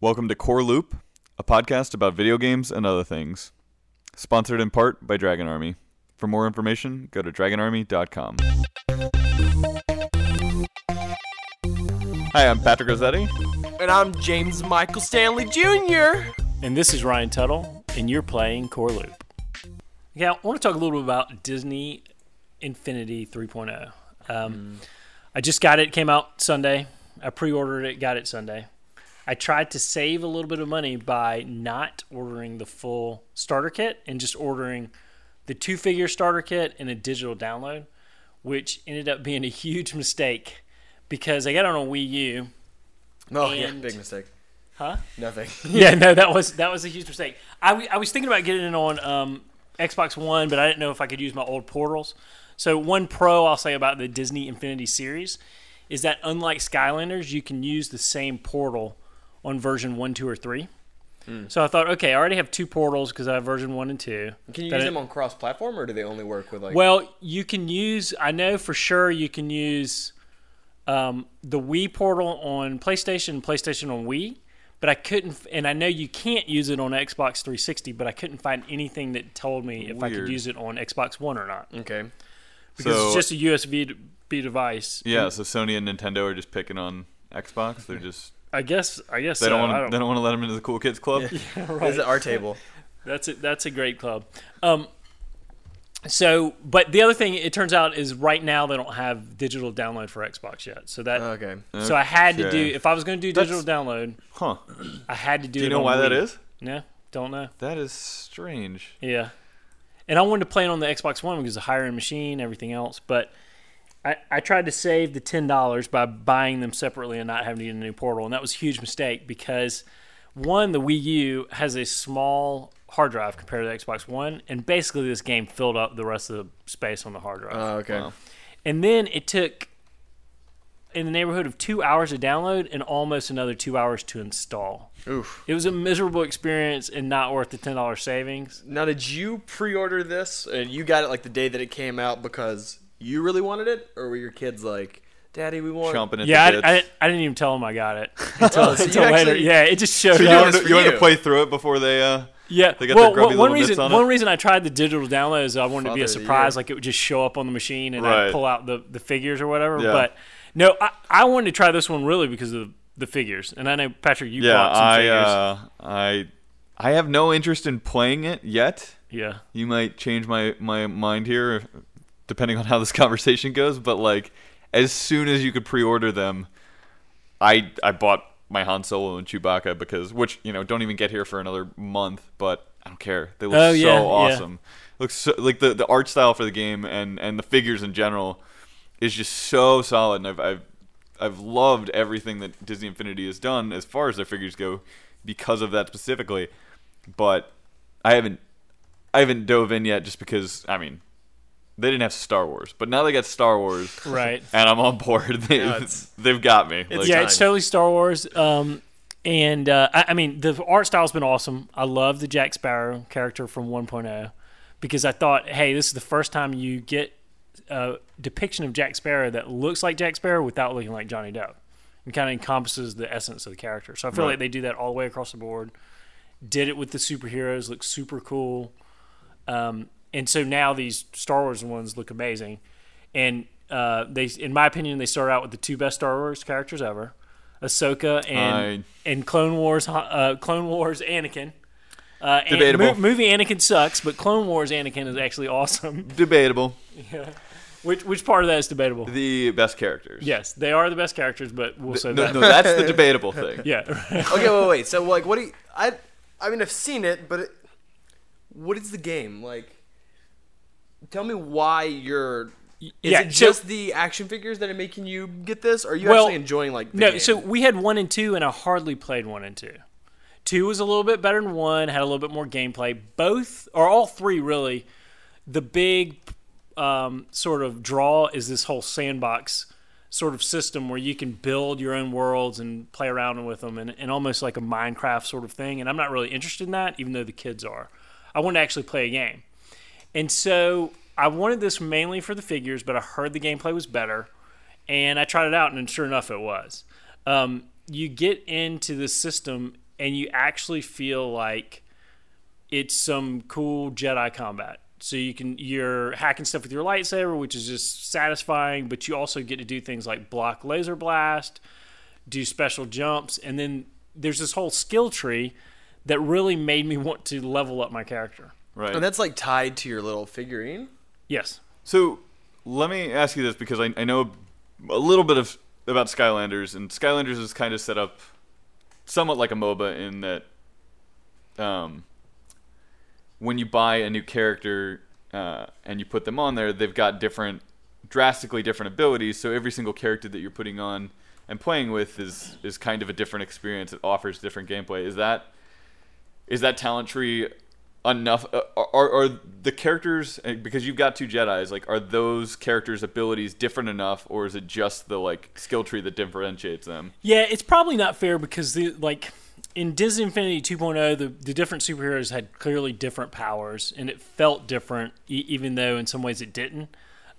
Welcome to Core Loop, a podcast about video games and other things. Sponsored in part by Dragon Army. For more information, go to dragonarmy.com. Hi, I'm Patrick Rossetti. And I'm James Michael Stanley Jr. And this is Ryan Tuttle, and you're playing Core Loop. Yeah, I want to talk a little bit about Disney Infinity 3.0. Um, I just got it, came out Sunday. I pre ordered it, got it Sunday. I tried to save a little bit of money by not ordering the full starter kit and just ordering the two figure starter kit and a digital download, which ended up being a huge mistake because I got it on a Wii U. Oh yeah, yeah, And- big big mistake. Huh? Nothing. yeah, no, that was that was a huge mistake. I, w- I was thinking about getting it on um, Xbox One, but I didn't know if I could use my old portals. So one pro I'll say about the Disney Infinity series is that unlike Skylanders, you can use the same portal on version one, two, or three. Hmm. So I thought, okay, I already have two portals because I have version one and two. Can you That use I- them on cross-platform, or do they only work with like? well, you can use. I know for sure you can use um, the Wii portal on PlayStation, PlayStation on Wii, but I couldn't. And I know you can't use it on Xbox 360, but I couldn't find anything that told me if I Weird. could use it on Xbox One or not okay. because so, it's just a USB d- B device. yeah, so Sony and Nintendo are just picking on Xbox. They're just I guess. I guess they so. don't I want they don't want to let them into the cool kids club. This is our table. That's a, that's a great club. Um, so, but the other thing it turns out is right now they don't have digital download for Xbox yet. So Oh, that Okay. So I had to Okay. do if I was going to do digital download, Huh? I had to do. Do you it know on why that Wii. is? No, don't know. That is strange. Yeah, and I wanted to play it on the Xbox One because it's a higher end machine, everything else. But I, I tried to save the ten dollars by buying them separately and not having to get a new portal, and that was a huge mistake because one, the Wii U has a small hard drive compared to the Xbox One, and basically this game filled up the rest of the space on the hard drive. Oh, okay. Wow. And then it took in the neighborhood of two hours to download and almost another two hours to install. Oof. It was a miserable experience and not worth the ten dollars savings. Now, did you pre-order this and you got it like the day that it came out because you really wanted it, or were your kids like, "Daddy, we want"? Chomping at yeah, the bits. I, I, I didn't even tell them I got it until, Oh, so you until later. actually- yeah, it just showed you Yeah, up. want, it's to, for you want to you. play through it before they uh Yeah, They got well, their grubby one little reason bits on it. one reason I tried the digital download is I wanted it to Father be a of the surprise, year. like it would just show up on the machine and Right. I'd pull out the, the figures or whatever. Yeah. But no, I, I wanted to try this one really because of the figures, and I know Patrick, you yeah bought some I figures. uh I I have no interest in playing it yet. yeah, You might change my my mind here if- depending on how this conversation goes, but like as soon as you could pre-order them, I I bought my Han Solo and Chewbacca because which you know don't even get here for another month, but I don't care. They look Oh, so yeah, yeah. awesome. Looks so, like the the art style for the game and and the figures in general is just so solid, and I've I've I've loved everything that Disney Infinity has done as far as their figures go because of that specifically, but I haven't I haven't dove in yet just because I mean. They didn't have Star Wars, but now they got Star Wars, Right. And I'm on board. They, Yeah, it's- they've got me. Like, yeah, time. it's totally Star Wars. Um, and uh, I, I mean, the art style's been awesome. I love the Jack Sparrow character from 1.0 because I thought, hey, this is the first time you get a depiction of Jack Sparrow that looks like Jack Sparrow without looking like Johnny Depp. It kind of encompasses the essence of the character. So I feel Right. like they do that all the way across the board. Did it with the superheroes, looks super cool. Um, and so now these Star Wars ones look amazing. And uh, they, in my opinion, they start out with the two best Star Wars characters ever: Ahsoka and and Clone Wars, uh, Clone Wars Anakin. Uh, and Debatable. mo- movie Anakin sucks, but Clone Wars Anakin is actually awesome. Debatable. Which which part of that is debatable? The best characters. Yes, they are the best characters, but we'll say No, that. no, that's the debatable thing. Yeah, okay, wait, wait. So, like, what do you? I, I mean, I've seen it, but it, what is the game like? Tell me why you're. Is Yeah, it so- just the action figures that are making you get this? Or are you Well, actually enjoying like the no. game? So we had one and two, and I hardly played one and two. Two was a little bit better than one, had a little bit more gameplay. Both or all three really. The big um, sort of draw is this whole sandbox sort of system where you can build your own worlds and play around with them and, and almost like a Minecraft sort of thing. And I'm not really interested in that, even though the kids are. I want to actually play a game. And so I wanted this mainly for the figures, but I heard the gameplay was better. And I tried it out, and sure enough, it was. Um, you get into the system, and you actually feel like it's some cool Jedi combat. So you can you're hacking stuff with your lightsaber, which is just satisfying, but you also get to do things like block laser blast, do special jumps, and then there's this whole skill tree that really made me want to level up my character. Right. And that's like tied to your little figurine. Yes. So let me ask you this because I, I know a little bit of about Skylanders, and Skylanders is kind of set up somewhat like a MOBA in that um, when you buy a new character uh, and you put them on there, they've got different, drastically different abilities. So every single character that you're putting on and playing with is is kind of a different experience. It offers different gameplay. Is that is that talent tree enough uh, are, are the characters uh, because you've got two jedis like are those characters abilities different enough or is it just the like skill tree that differentiates them Yeah, it's probably not fair because the like in Disney Infinity 2.0, the the different superheroes had clearly different powers, and it felt different, e- even though in some ways it didn't.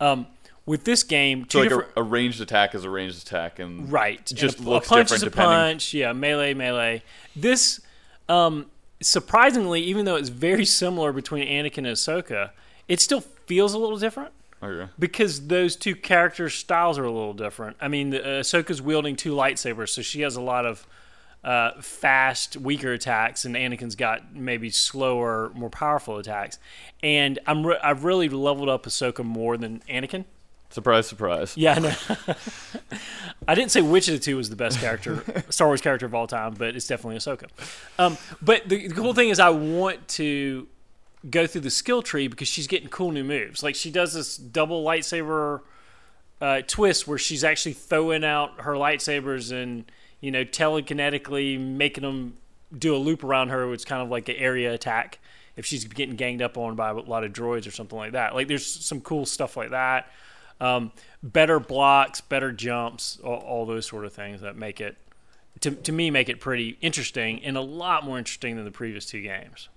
Um, with this game, two so like different, a, a ranged attack is a ranged attack and right, and just a, looks a punch different is a depending- punch. Yeah, melee, melee. This, um, surprisingly, even though it's very similar between Anakin and Ahsoka, it still feels a little different okay. because those two characters' styles are a little different. I mean, the, uh, Ahsoka's wielding two lightsabers, so she has a lot of uh, fast, weaker attacks, and Anakin's got maybe slower, more powerful attacks. And I'm re- I've really leveled up Ahsoka more than Anakin. surprise surprise Yeah, I know. I didn't say which of the two was the best character, Star Wars character of all time, but it's definitely Ahsoka. Um, but the, the cool thing is, I want to go through the skill tree because she's getting cool new moves. Like she does this double lightsaber uh, twist where she's actually throwing out her lightsabers and you know telekinetically making them do a loop around her, which is kind of like an area attack. If she's getting ganged up on by a lot of droids or something like that, like there's some cool stuff like that. Um, better blocks, better jumps, all, all those sort of things that make it to, to me make it pretty interesting and a lot more interesting than the previous two games.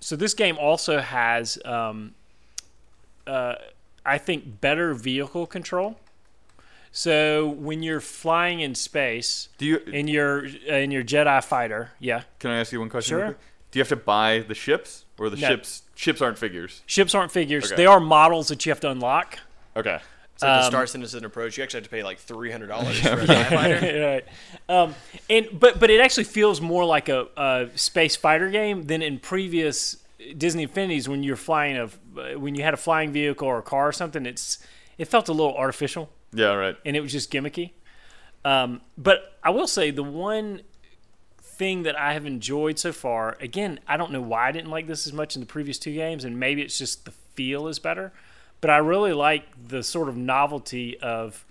So this game also has, um, uh, I think, better vehicle control. So when you're flying in space do you in your in your Jedi fighter, yeah, can i ask you one question real Sure. quick? do you have to buy the ships or the No. ships ships aren't figures ships aren't figures; Okay. they are models that you have to unlock. okay It's like the Um, Star Citizen approach. You actually have to pay like three hundred dollars for a TIE fighter. right. Um, and but but it actually feels more like a, a space fighter game than in previous Disney Infinities when you're flying a when you had a flying vehicle or a car or something. It's it felt a little artificial yeah right and it was just gimmicky. Um, but I will say the one thing that I have enjoyed so far, again, I don't know why I didn't like this as much in the previous two games, and maybe it's just the feel is better. But I really like the sort of novelty of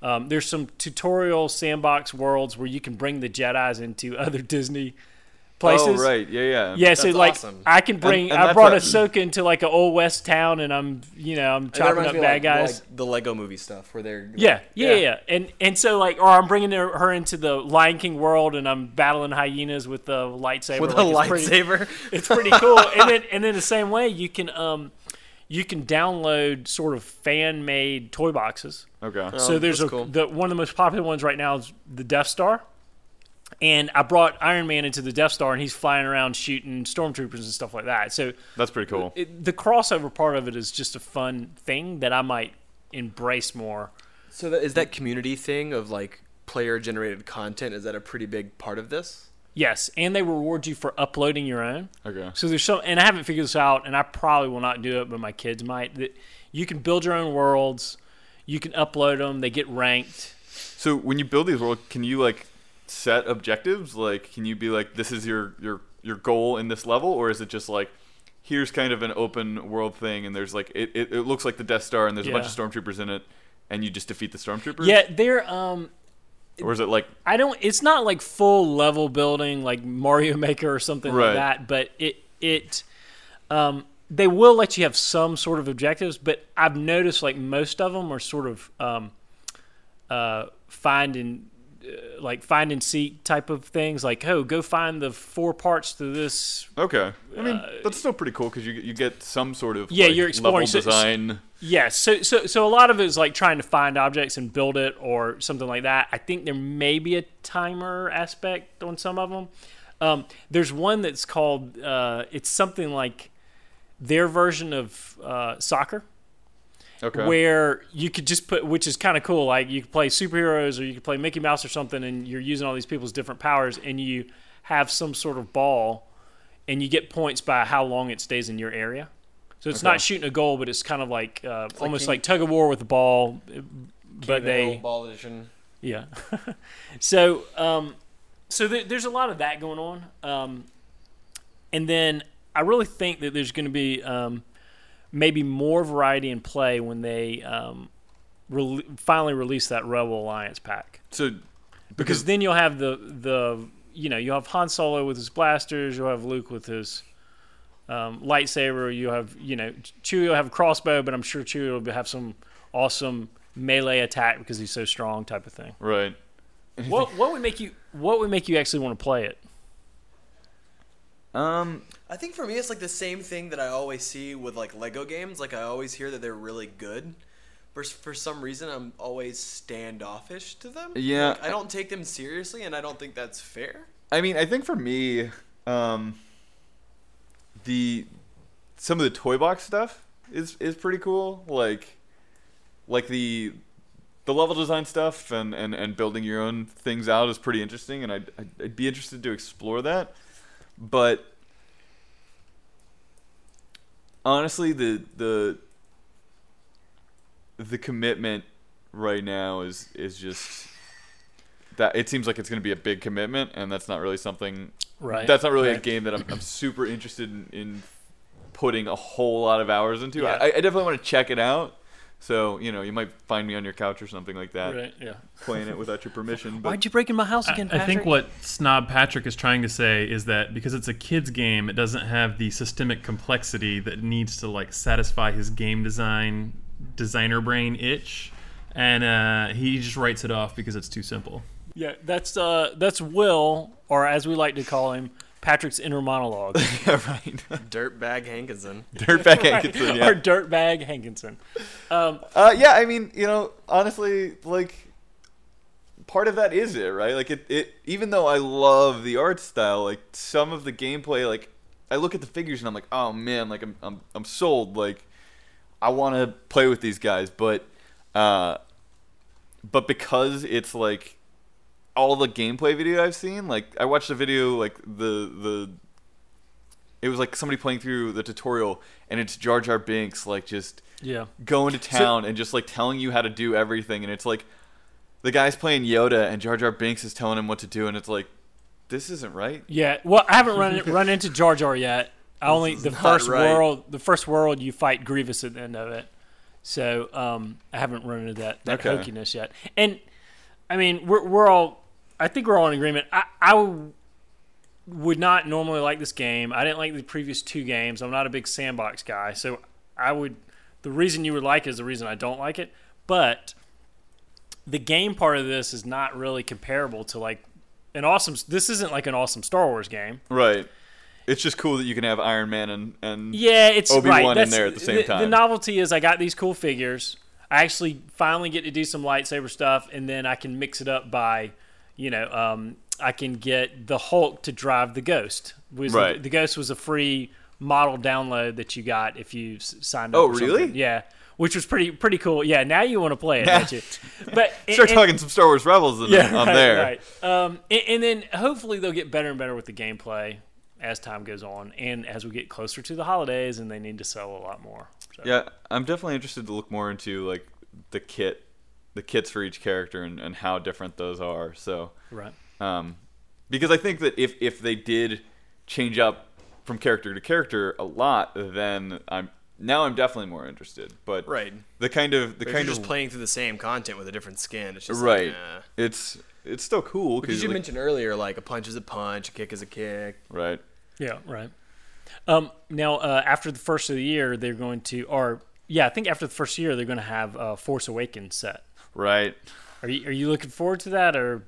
um, there's some tutorial sandbox worlds where you can bring the Jedi's into other Disney places. oh right yeah yeah Yeah, so That's like awesome. I can bring and I that's brought a- Ahsoka into like an old west town, and I'm you know I'm That chopping reminds up me bad of, like, guys. like the Lego Movie stuff where they're like- Yeah, yeah, yeah, and and so like, or I'm bringing her her into the Lion King world, and I'm battling hyenas with the lightsaber. with a like, it's pretty- lightsaber. It's pretty, cool. and then and then the same way you can um, you can download sort of fan made toy boxes. okay So there's a, Oh, that's cool. the, one of the most popular ones right now is the Death Star, and I brought Iron Man into the Death Star, and he's flying around shooting stormtroopers and stuff like that. So that's pretty cool it, the crossover part of it is just a fun thing that I might embrace more. So that, is that community thing of like player generated content? Is that a pretty big part of this? Yes, and they reward you for uploading your own. okay So there's some, and I haven't figured this out, and I probably will not do it, but my kids might. That you can build your own worlds, you can upload them, they get ranked. So when you build these worlds, can you like set objectives? Like, can you be like, this is your your your goal in this level, or is it just like, here's kind of an open world thing, and there's like, it, it, it looks like the Death Star, and there's a bunch of Yeah. stormtroopers in it, and you just defeat the stormtroopers? Yeah, they're um, Or is it like, I don't. It's not like full level building like Mario Maker or something Right. like that, but it it um, they will let you have some sort of objectives, but I've noticed like most of them are sort of um, uh, find and uh, like find and seek type of things. Like, oh, go find the four parts to this. Okay. I mean, that's still pretty cool because you you get some sort of Uh, Yeah, like, you're exploring. level So- so- design. Yes. so so so a lot of it is like trying to find objects and build it or something like that. I think there may be a timer aspect on some of them. Um, there's one that's called uh, it's something like their version of uh, soccer. okay. where you could just put, which is kind of cool. Like you could play superheroes or you could play Mickey Mouse or something, and you're using all these people's different powers, and you have some sort of ball, and you get points by how long it stays in your area. So it's Okay. not shooting a goal, but it's kind of like uh, almost King- like tug of war with the ball, but King they Owl Ball Edition. yeah. so, um, so there, there's a lot of that going on. Um, and then I really think that there's going to be um, maybe more variety in play when they um, rel finally release that Rebel Alliance pack. so Because because then you'll have the, the you know, you'll have Han Solo with his blasters, you'll have Luke with his um, lightsaber, you'll have, you know, Chewie will have a crossbow, but I'm sure Chewie will have some awesome melee attack because he's so strong type of thing right. what what would make you what would make you actually want to play it? Um. I think for me, it's like the same thing that I always see with like Lego games. Like I always hear that they're really good, but s- for some reason, I'm always standoffish to them. Yeah. Like, I don't take them seriously, and I don't think that's fair. I mean, I think for me, um, the some of the toy box stuff is is pretty cool. Like, like the the level design stuff and and and building your own things out is pretty interesting, and I'd I'd, I'd be interested to explore that. But honestly, the the the commitment right now is is just that it seems like it's going to be a big commitment and that's not really something Right. that's not really a Right. game that I'm, I'm super interested in, in putting a whole lot of hours into Yeah. I, I definitely want to check it out so you know you might find me on your couch or something like that Yeah. playing it without your permission but Why'd you break in my house again, I think what Snob Patrick is trying to say is that because it's a kid's game, it doesn't have the systemic complexity that needs to like satisfy his game design designer brain itch, and uh, he just writes it off because it's too simple. Yeah, that's uh that's Will, or as we like to call him, Patrick's inner monologue, yeah right Dirtbag Hankinson. dirtbag Hankinson, yeah. or dirtbag Hankinson. Um, Uh, yeah, I mean, you know, honestly, like part of that is it, right? Like it, it even though I love the art style, like some of the gameplay, like I look at the figures and I'm like, oh man, like I'm I'm, I'm sold. Like I want to play with these guys, but uh, but because it's like all the gameplay video I've seen, like I watched a video like the the it was like somebody playing through the tutorial and it's Jar Jar Binks like just yeah. going to town and just like telling you how to do everything and it's like the guy's playing Yoda and Jar Jar Binks is telling him what to do and it's like this isn't right. Yeah. Well, I haven't run run into Jar Jar yet. I only the not first right. world the first world you fight Grievous at the end of it. So um, I haven't run into that that Okay. hokiness yet. And I mean, we're we're all I think we're all in agreement. I I w- would not normally like this game. I didn't like the previous two games. I'm not a big sandbox guy, so I would the reason you would like it is the reason I don't like it. But the game part of this is not really comparable to like an awesome. This isn't like an awesome Star Wars game. Right. It's just cool that you can have Iron Man and and Yeah, it's Mm-hmm. Obi-Wan right. in That's- there at the same The time. novelty is I got these cool figures. I actually finally get to do some lightsaber stuff, and then I can mix it up by, you know, um, I can get the Hulk to drive the Ghost. Was- Right. The Ghost was a free model download that you got if you s- signed up. Oh, or something. really? Yeah. Which was pretty pretty cool. Yeah. Now you want to play it, don't you? But start and- talking some Star Wars Rebels and I'm right, there. Right. Um, and, and then hopefully they'll get better and better with the gameplay as time goes on, and as we get closer to the holidays, and they need to sell a lot more. So. Yeah, I'm definitely interested to look more into like the kit the kits for each character and, and how different those are. So Right. um, because I think that if if they did change up from character to character a lot, then I'm now I'm definitely more interested. But Right. the kind of the But if kind you're of just playing through the same content with a different skin. It's just right, Like, nah. it's it's still cool Because because you like, mentioned earlier, like a punch is a punch, a kick is a kick. right. Yeah. Right. Um, now, uh, after the first of the year, they're going to, or yeah, I think after the first year, they're going to have uh, Force Awakens set. Right. Are you are you looking forward to that, or Or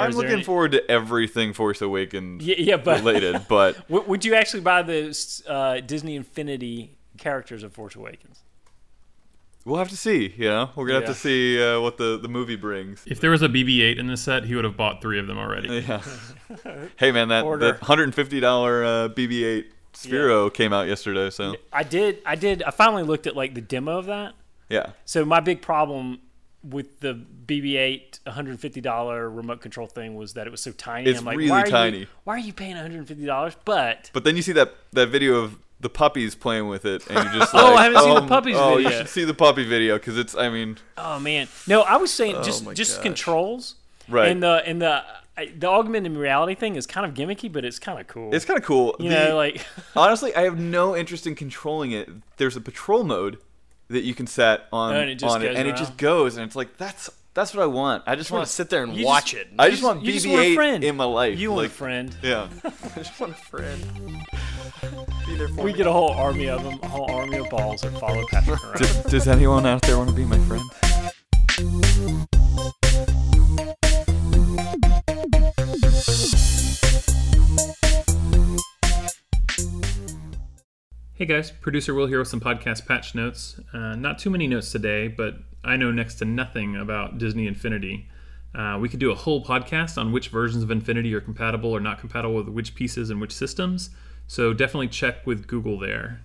I'm is there looking any- forward to everything Force Awakens Yeah, yeah, but- related, but W- would you actually buy the uh, Disney Infinity characters of Force Awakens? we'll have to see. You know, we're gonna Yeah. have to see uh, what the, the movie brings. If there was a BB-8 in this set, he would have bought three of them already. Yeah. hey man, that, Order. that 150 dollar uh, BB-8 Sphero came out yesterday, so I did. I did. I finally looked at like the demo of that. yeah. So my big problem with the BB-8 $150 remote control thing was that it was so tiny. It's I'm like, really why are You, tiny. why are you paying $150? But But then you see that that video of the puppies playing with it, and you're just like, Oh, I haven't seen the um, puppies oh, video. you should see the puppy video because it's. I mean, oh man, no, I was saying just Oh my just gosh. controls. Right. And the and the I- the augmented reality thing is kind of gimmicky, but it's kind of cool. it's kind of cool. you The- know like honestly, I have no interest in controlling it. There's a patrol mode that you can set on And it just on it, goes and around. it just goes, and it's like that's that's what I want. I just I want want to sit there and You watch just- it. I just want you just want a BB-8 friend. in my life. you want like, a friend. Yeah. I just want a friend. Be there for We me. get a whole army of them, a whole army of balls that follow Patrick around. does, does anyone out there want to be my friend? Hey guys, producer Will here with some podcast patch notes. Uh, not too many notes today, but I know next to nothing about Disney Infinity. Uh, we could do a whole podcast on which versions of Infinity are compatible or not compatible with which pieces and which systems, so definitely check with Google there.